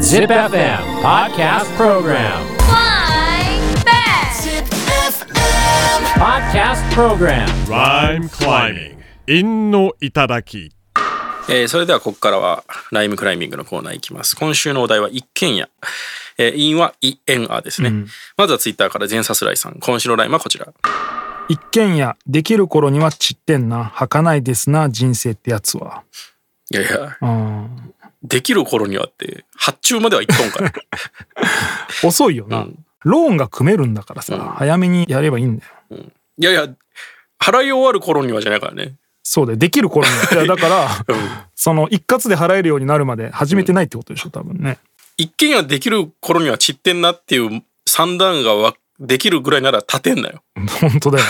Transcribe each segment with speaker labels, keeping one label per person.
Speaker 1: Zip FM Podcast Program.
Speaker 2: Flying back.
Speaker 1: Podcast Program.
Speaker 3: Rhyme climbing. 陰の頂き。
Speaker 4: えーそれではここからはライムクライミングのコーナーいきます。今週のお題は一軒家。えー、インはイエンアですね。まずはツイッターから全サスライさん。今週のライムはこちら。
Speaker 5: 一軒家できる頃には散ってんな儚いですな人生ってやつはい
Speaker 4: やいや、
Speaker 5: うん
Speaker 4: できる頃にはって、発注までは行っとん から。
Speaker 5: 遅いよ
Speaker 4: う
Speaker 5: な、
Speaker 4: ん
Speaker 5: ローンが組めるんだからさ、早めにやればいいんだよ
Speaker 4: いやいや、払い終わる頃にはじゃないからね。
Speaker 5: そうだよできる頃にはいやだから、その一括で払えるようになるまで始めてないってことでしょ多分ね
Speaker 4: 一軒家できる頃には散ってんなっていう三段がわできるぐらいなら立てんなよ。
Speaker 5: 本当だよ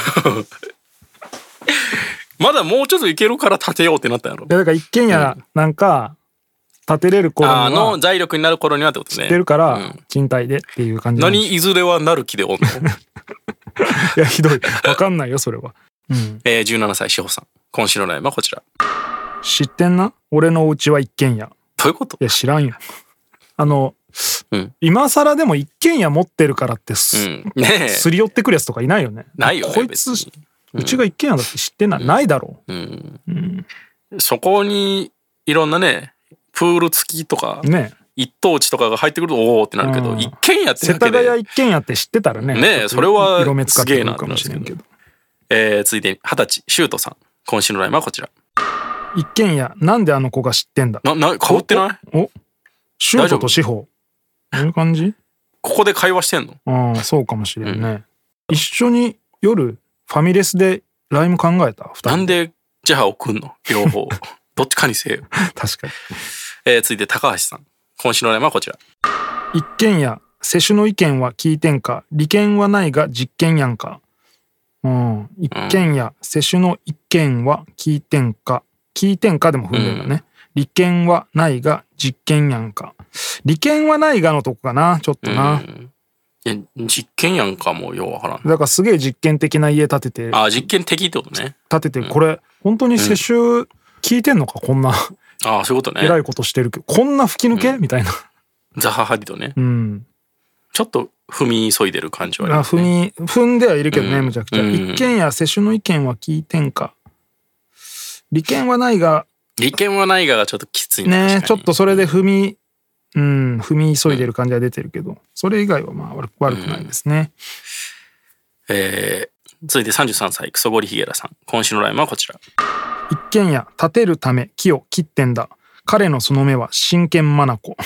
Speaker 4: まだもうちょっといけるから立てようってなったんやろ
Speaker 5: い。やだから一軒家なんか建てれる頃に
Speaker 4: あの
Speaker 5: は
Speaker 4: 財力になる頃にはってことね。
Speaker 5: 出るか
Speaker 4: う
Speaker 5: ら
Speaker 4: ん
Speaker 5: 賃貸でっていう感じなんで
Speaker 4: 何いずれはなる気でおんの
Speaker 5: いやひどいわかんないよそれはうん
Speaker 4: えー、17歳、志保さん。今週のライブはこちら。
Speaker 5: 知ってんな俺のお家は一軒家
Speaker 4: どういうこと
Speaker 5: いや知らんよ。あの、
Speaker 4: うん
Speaker 5: 今更でも一軒家持ってるからって
Speaker 4: う
Speaker 5: す,、
Speaker 4: ん。ねえ。
Speaker 5: り寄ってくるやつとかいないよね。
Speaker 4: ないよね
Speaker 5: こい
Speaker 4: 別
Speaker 5: つ、
Speaker 4: に
Speaker 5: うちが一軒家だって知ってない、ないだろ
Speaker 4: うん。
Speaker 5: う。うん、
Speaker 4: そこに、いろんなね、プール付きとか、
Speaker 5: ね
Speaker 4: 一等地とかが入ってくると、おおってなるけど、
Speaker 5: うん
Speaker 4: 一軒家って
Speaker 5: 世
Speaker 4: だけ
Speaker 5: 田谷
Speaker 4: で、
Speaker 5: 一軒家って知ってたらね。
Speaker 4: ねえ
Speaker 5: ちょっと
Speaker 4: それは
Speaker 5: 色目使ってくるかもしれんけど。
Speaker 4: えー、続いて二十歳、シュートさん。今週のライブはこちら。
Speaker 5: 一軒家、なんであの子が知ってんだ
Speaker 4: な、な、被ってない
Speaker 5: おシュ
Speaker 4: 大丈
Speaker 5: ート
Speaker 4: 夫
Speaker 5: と司法。どういう感じ
Speaker 4: ここで会話してんの
Speaker 5: ああ、そうかもしれんね。一緒に夜、ファミレスでライム考えた二人。
Speaker 4: なんで、じゃあ送んの両 方。どっちかにせよ。
Speaker 5: 確かに。
Speaker 4: えー、続いて高橋さん。今週のライブはこちら。
Speaker 5: 一軒家世主の意見は聞いてんか利権はないが実験やんかうん一軒家世主の意見は聞いてんか聞いてんかでも踏んでんだね、利権はないが実験やんか利権はないがのとこかなちょっとな、
Speaker 4: いや、実験やんか、もうようわからん。
Speaker 5: だからすげえ実験的な家建てて
Speaker 4: あー、実験的ってことね。
Speaker 5: 建ててこれ本当に世主聞いてんのかこん な
Speaker 4: ああ、そういうこと
Speaker 5: 偉
Speaker 4: ね。
Speaker 5: いことしてるけどこんな吹き抜け、みたいな
Speaker 4: ザハハディドね。
Speaker 5: うん
Speaker 4: ちょっと踏み急いでる感じはあり
Speaker 5: あ
Speaker 4: ます
Speaker 5: 踏
Speaker 4: ね。
Speaker 5: み踏んではいるけどね、むちゃくちゃ、
Speaker 4: うん
Speaker 5: 一軒家世主の意見は聞いてんか利権はないが
Speaker 4: 利権はないががちょっときついな
Speaker 5: ね
Speaker 4: 確
Speaker 5: ち
Speaker 4: か
Speaker 5: ょっ
Speaker 4: に
Speaker 5: とそれで踏みうん踏み急いでる感じは出てるけど、それ以外はまあ悪く悪くないですね、
Speaker 4: えー続いて33歳、クソゴリヒゲラさん。今週のラインはこちら。
Speaker 5: 一軒家建てるため木を切ってんだ彼のその目は真剣眼子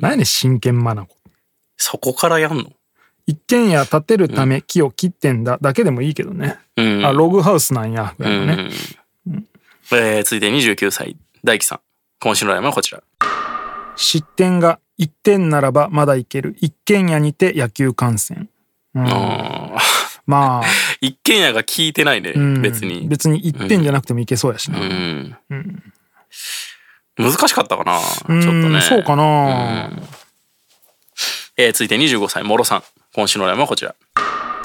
Speaker 5: 何やねん真剣眼子
Speaker 4: そこからやんの
Speaker 5: 一軒家建てるため木を切ってんだだけでもいいけどね、
Speaker 4: うん。
Speaker 5: あログハウスなんやぐらいのね、
Speaker 4: うんえー続いて29歳、大輝さん。今週のラインはこちら。
Speaker 5: 失点が1点ならばまだいける一軒家にて野球観戦、うん
Speaker 4: あー
Speaker 5: まあ、
Speaker 4: 一軒家が聞いてないね、
Speaker 5: う ん
Speaker 4: 別に。
Speaker 5: 別に1点じゃなくてもいけそうやしな、
Speaker 4: う
Speaker 5: うん
Speaker 4: ん。難しかったかなちょっとね。
Speaker 5: そうかな、
Speaker 4: えー続いて25歳、もろさん。今週のラインはこちら。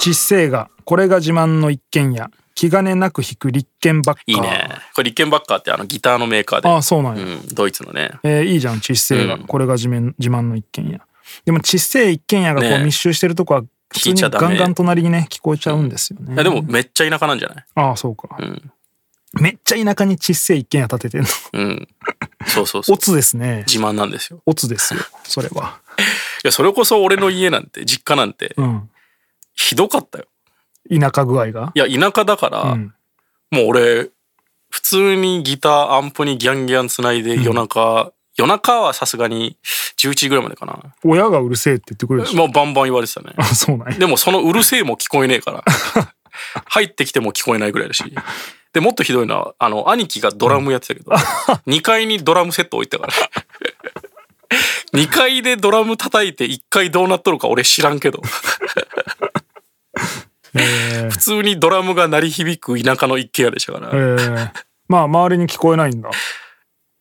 Speaker 5: ちっせいがこれが自慢の一軒家気兼ねなく弾く立憲ばっか
Speaker 4: いいね。これ、リッケンバッカーってあのギターのメーカーで。
Speaker 5: ああそうなんや、
Speaker 4: うん、ドイツのね。
Speaker 5: えーいいじゃんちっせいが、
Speaker 4: うん
Speaker 5: これが自慢自慢の一軒家でもちっせい一軒家がこ
Speaker 4: ね
Speaker 5: う密集してるとこは普通
Speaker 4: 聞い
Speaker 5: に
Speaker 4: ちゃダメ
Speaker 5: ガンガン隣にね聞こえちゃうんですよね、
Speaker 4: いやでもめっちゃ田舎なんじゃない
Speaker 5: ああそうか、
Speaker 4: ん
Speaker 5: めっちゃ田舎にちっせい一軒家建ててんの
Speaker 4: うん。そう そうそう
Speaker 5: オ。ツですね。
Speaker 4: 自慢なんですよ。
Speaker 5: オツですよ。それは。
Speaker 4: いや、それこそ俺の家なんて、実家なんて、
Speaker 5: うん。
Speaker 4: ひどかったよ。
Speaker 5: 田舎具合が。
Speaker 4: いや、田舎だから、
Speaker 5: うん
Speaker 4: もう俺、普通にギター、アンプにギャンギャン繋いで夜中、夜中はさすがに11時ぐらいまでかな。
Speaker 5: 親がうるせえって言ってくるでしょ。
Speaker 4: まあ、バンバン言われてたね。
Speaker 5: あ、そうなんや。
Speaker 4: でもそのうるせえも聞こえねえから。入ってきても聞こえないぐらいだし。で、もっとひどいのは、あの、兄貴がドラムやってたけど、2階にドラムセット置いてたから。2階でドラム叩いて1階どうなっとるか俺知らんけど、
Speaker 5: え
Speaker 4: 普通にドラムが鳴り響く田舎の一軒家でしたか
Speaker 5: ー、え
Speaker 4: ら。
Speaker 5: ーまあ、周りに聞こえないんだ。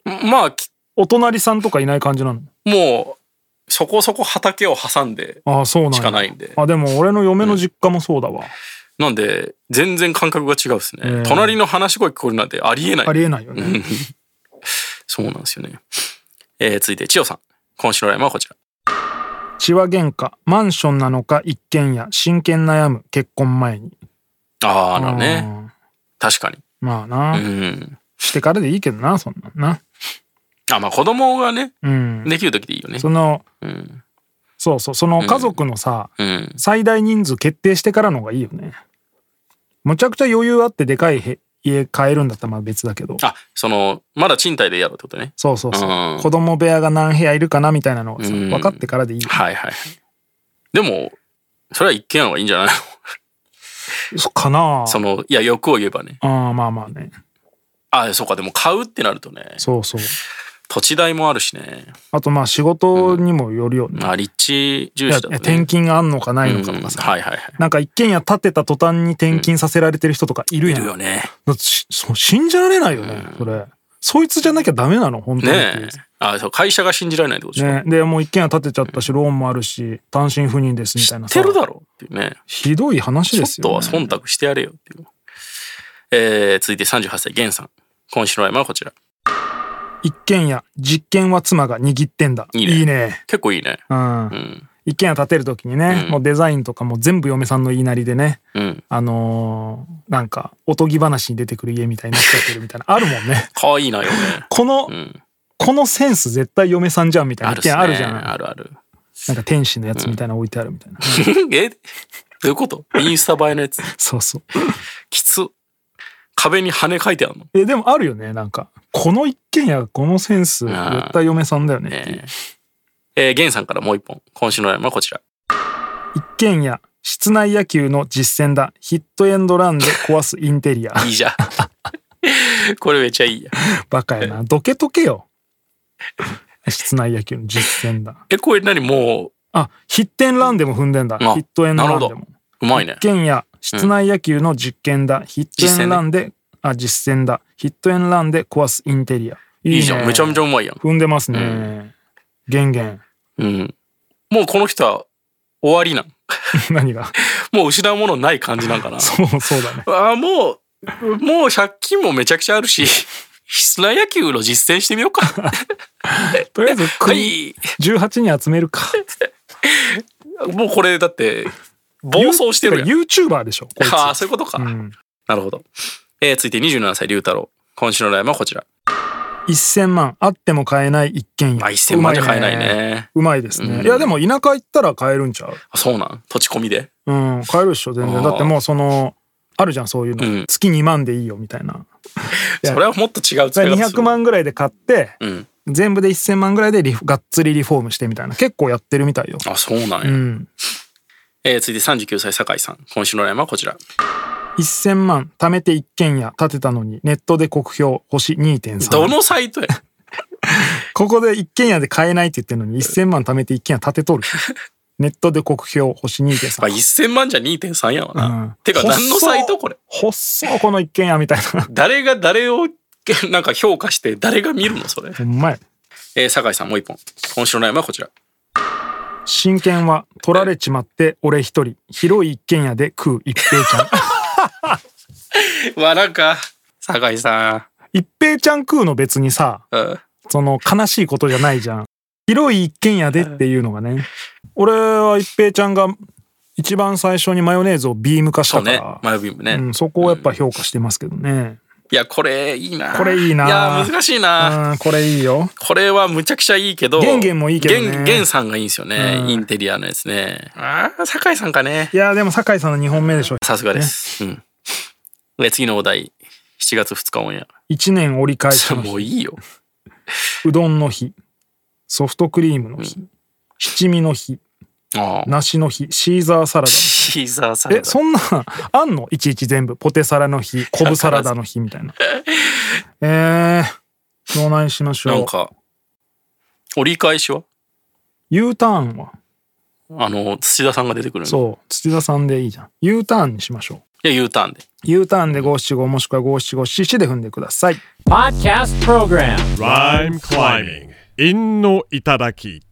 Speaker 4: まあ、き
Speaker 5: お隣さんとかいない感じなの。
Speaker 4: もう、そこそこ畑を挟んで
Speaker 5: ああ、そうなんや。
Speaker 4: しかないんで。
Speaker 5: あ、でも俺の嫁の実家もそうだわ。
Speaker 4: なんで、全然感覚が違うですね。隣の話し声聞こえるなんてありえな
Speaker 5: あ
Speaker 4: い。
Speaker 5: りえないよね。
Speaker 4: そうなんですよね。えー、続いて、千代さん。今週のライマはこちら。
Speaker 5: 血は喧嘩マンションなのか一軒家真剣悩む結婚前に
Speaker 4: ああ、なるほど
Speaker 5: う
Speaker 4: ね。
Speaker 5: ん
Speaker 4: 確かに。
Speaker 5: まあな、
Speaker 4: うん。
Speaker 5: してからでいいけどなそんなんな
Speaker 4: あ、まあ子供がね、
Speaker 5: うん、
Speaker 4: できる時でいいよね。
Speaker 5: その
Speaker 4: うん。
Speaker 5: そうそうその家族のさ、
Speaker 4: うん。
Speaker 5: 最大人数決定してからの方がいいよねむちゃくちゃ余裕あってでかいへ家買えるんだったらまあ別だけど
Speaker 4: あ、その、まだ賃貸でやろうってことね。
Speaker 5: そうそうそう、
Speaker 4: うん
Speaker 5: 子供部屋が何部屋いるかなみたいなのがさ、
Speaker 4: うん
Speaker 5: 分かってからでいいよ
Speaker 4: はいはいはい。でも、それは一軒家の方がいいんじゃないの
Speaker 5: そっかなあ
Speaker 4: その、いや、欲を言えばね。
Speaker 5: あーまあまあね
Speaker 4: あ、そうか、でも買うってなるとね、
Speaker 5: そうそう
Speaker 4: 土地代もあるしね。
Speaker 5: あとまあ仕事にもよるよね、
Speaker 4: まあ、立地重
Speaker 5: いや
Speaker 4: 視だ
Speaker 5: い
Speaker 4: とね。
Speaker 5: や転勤あんのかないのかと
Speaker 4: うん
Speaker 5: かさ、
Speaker 4: はいはいはい。
Speaker 5: なんか一軒家建てた途端に転勤させられてる人とかいる
Speaker 4: い
Speaker 5: やん、
Speaker 4: るよね。
Speaker 5: だってしそう信じられないよね、それそいつじゃなきゃダメなの本当にってい
Speaker 4: ね
Speaker 5: う
Speaker 4: え。あ、そう、会社が信じられないってことでしょ。
Speaker 5: ね、でもう一軒家建てちゃったしローンもあるし単身赴任ですみたいな
Speaker 4: 知って
Speaker 5: さ
Speaker 4: るだろうっていうね。
Speaker 5: ひどい話
Speaker 4: ちょ
Speaker 5: で
Speaker 4: っ
Speaker 5: す
Speaker 4: と
Speaker 5: よ、
Speaker 4: は
Speaker 5: ね、
Speaker 4: 忖度してやれよっていう。えー、続いて38歳、ゲンさん。今週のライマはこちら。
Speaker 5: 一軒家実験は妻が握ってんだ
Speaker 4: いいね結構いいね。
Speaker 5: うん
Speaker 4: うん。
Speaker 5: 一軒家建てる時にね、
Speaker 4: うん
Speaker 5: もうデザインとかも全部嫁さんの言いなりでね
Speaker 4: うん。
Speaker 5: あのーなんかおとぎ話に出てくる家みたいになっちゃってるみ たいなあるもんね
Speaker 4: かわいいなよね。
Speaker 5: この、
Speaker 4: うん。こ
Speaker 5: このセンス絶対嫁さんじゃんみたいな
Speaker 4: あ
Speaker 5: 一
Speaker 4: るっす
Speaker 5: 軒
Speaker 4: ね
Speaker 5: 家あるじゃん
Speaker 4: あるある。
Speaker 5: なんか天使のやつみたいなの置いてあるみたいな、
Speaker 4: えどういうことインスタ映えのやつ。
Speaker 5: そうそう
Speaker 4: きつ。壁に羽書いてあるの。
Speaker 5: えでもあるよねなんかこの一軒家このセンス絶対嫁さんだよねっていう
Speaker 4: ねえー、ゲンさんからもう一本。今週のライマはこちら。
Speaker 5: 一軒家室内野球の実践だヒットエンドランで壊すイン テリア
Speaker 4: いいじゃん。これめっちゃいいや。
Speaker 5: バカやなどけとけよ室内野球の実践だ
Speaker 4: え、これ何も
Speaker 5: あヒッテンランでも踏んでんだヒ
Speaker 4: あ
Speaker 5: ットエンドランで
Speaker 4: なる
Speaker 5: も
Speaker 4: う、うまいね
Speaker 5: 一。軒家室内野球の実験だ、ヒットエンランであ実践だヒットエンランで壊すインテリアい
Speaker 4: いいじゃん。めちゃめちゃ
Speaker 5: ゃ
Speaker 4: うまいやん。
Speaker 5: 踏んでますね、
Speaker 4: う
Speaker 5: ゲンゲン
Speaker 4: うん。もうこの人は終わりなん。
Speaker 5: 何が
Speaker 4: もう失うものない感じなんかな。
Speaker 5: そうそうだね
Speaker 4: あーもう、もう借金もめちゃくちゃあるし、 室内野球の実践してみようか。
Speaker 5: とりあえず
Speaker 4: は
Speaker 5: 国
Speaker 4: い。
Speaker 5: 18人集めるか
Speaker 4: もうこれだって、暴走してるやん。
Speaker 5: YouTuber でしょこいつ
Speaker 4: ああ、そういうことか。
Speaker 5: うん
Speaker 4: なるほど。えー、続いて27歳、龍太郎。今週のライブはこちら。
Speaker 5: 1000万あっても買えない一軒家
Speaker 4: まあ、1000万じゃ買えないね。
Speaker 5: うまいですね、
Speaker 4: うん
Speaker 5: いやでも田舎行ったら買えるんちゃう
Speaker 4: あそうなん。土地込みで。
Speaker 5: うん買えるでしょ全
Speaker 4: あ
Speaker 5: 然
Speaker 4: ー
Speaker 5: だってもうそのあるじゃんそういうの、
Speaker 4: うん
Speaker 5: 月2万でいいよみたいないや
Speaker 4: それはもっと違う使い方する
Speaker 5: 200。万ぐらいで買って
Speaker 4: うん。
Speaker 5: 全部で1000万ぐらいでリフがっつりリフォームしてみたいな結構やってるみたいよ
Speaker 4: あ、そうなん
Speaker 5: う
Speaker 4: や。
Speaker 5: ん
Speaker 4: えー、続いて39歳、酒井さん。今週のライブはこちら。
Speaker 5: 1000万貯めて一軒家建てたのにネットで酷評星
Speaker 4: ど
Speaker 5: 2.3
Speaker 4: のサイトや
Speaker 5: ここで一軒家で買えないって言ってるのに1000万貯めて一軒家建て とるネットで酷評星2.3
Speaker 4: まあ、1000万じゃ2.3やわな。
Speaker 5: うん
Speaker 4: てか、何のサイ
Speaker 5: 細
Speaker 4: ト
Speaker 5: っ
Speaker 4: これ。
Speaker 5: 細っこの一軒家みたいな
Speaker 4: 誰が誰をなんか評価して、誰が見るのそれ。
Speaker 5: ほんまや
Speaker 4: えー、酒井さんもう一本。今週のライブはこちら。
Speaker 5: 真剣は取られちまって俺一人広い一軒家で食う一平ちゃん
Speaker 4: うわ、なんか、酒井さ
Speaker 5: 一平ちゃん食うの別にさ
Speaker 4: ん。うん。
Speaker 5: その悲しいことじゃないじゃん広い一軒家でっていうのがね俺は一平ちゃんが一番最初にマヨネーズをビーム化し
Speaker 4: そう
Speaker 5: たか
Speaker 4: ね
Speaker 5: ら。
Speaker 4: マヨビームね。
Speaker 5: うん、そこをやっぱ評価してますけどね
Speaker 4: いや、これいいな。
Speaker 5: これいいない
Speaker 4: や、難しいな。
Speaker 5: うんこれいいよ
Speaker 4: これはむちゃくちゃいいけど。
Speaker 5: ゲンゲンもいいけどね
Speaker 4: ゲンゲンさんがいいんですよね。
Speaker 5: うん
Speaker 4: インテリアのやつね。ああ、酒井さんかね。
Speaker 5: いやでも酒井さんの2本目でしょ
Speaker 4: さすがです。うん。で次のお題。7月2日オンエア。
Speaker 5: 1年折り返しの日
Speaker 4: もういいよ。
Speaker 5: うどんの日ソフトクリームの日、七味の日
Speaker 4: ああ。
Speaker 5: 梨の日シーザーサラダの
Speaker 4: シーザーサ
Speaker 5: 日
Speaker 4: ラ
Speaker 5: え
Speaker 4: ダ。
Speaker 5: そんなんあんのいちいち全部ポテサラの日昆布サラダの日みたいな えー、どうないしまし
Speaker 4: な
Speaker 5: ょ
Speaker 4: ん
Speaker 5: う
Speaker 4: か、折り返しは
Speaker 5: U ターンは
Speaker 4: あの、土田さんが出てくるの。
Speaker 5: そう土田さんでいいじゃん U ターンにしましょう
Speaker 4: いや、U ターンで。
Speaker 5: U ターンで五七五もしくは五七五七七で踏んでください
Speaker 1: Podcast Program
Speaker 3: Rhyme climbing. 韻の頂き。